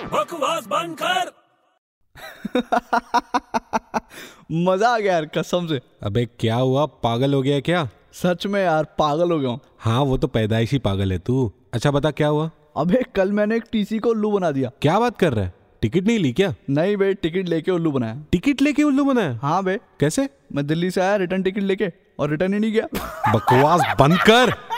आवाज बंद कर मजा आ गया यार कसम से अबे क्या हुआ पागल हो गया क्या सच में यार पागल हो गया हूँ हाँ वो तो पैदाइशी पागल है तू अच्छा बता क्या हुआ अबे कल मैंने एक टीसी को उल्लू बना दिया क्या बात कर रहा है टिकट नहीं ली क्या नहीं बे टिकट लेके उल्लू बनाया टिकट लेके उल्लू बनाया हाँ बे कैसे मैं दिल्ली से आया रिटर्न टिकट लेके और रिटर्न ही नहीं गया बकवास बंद कर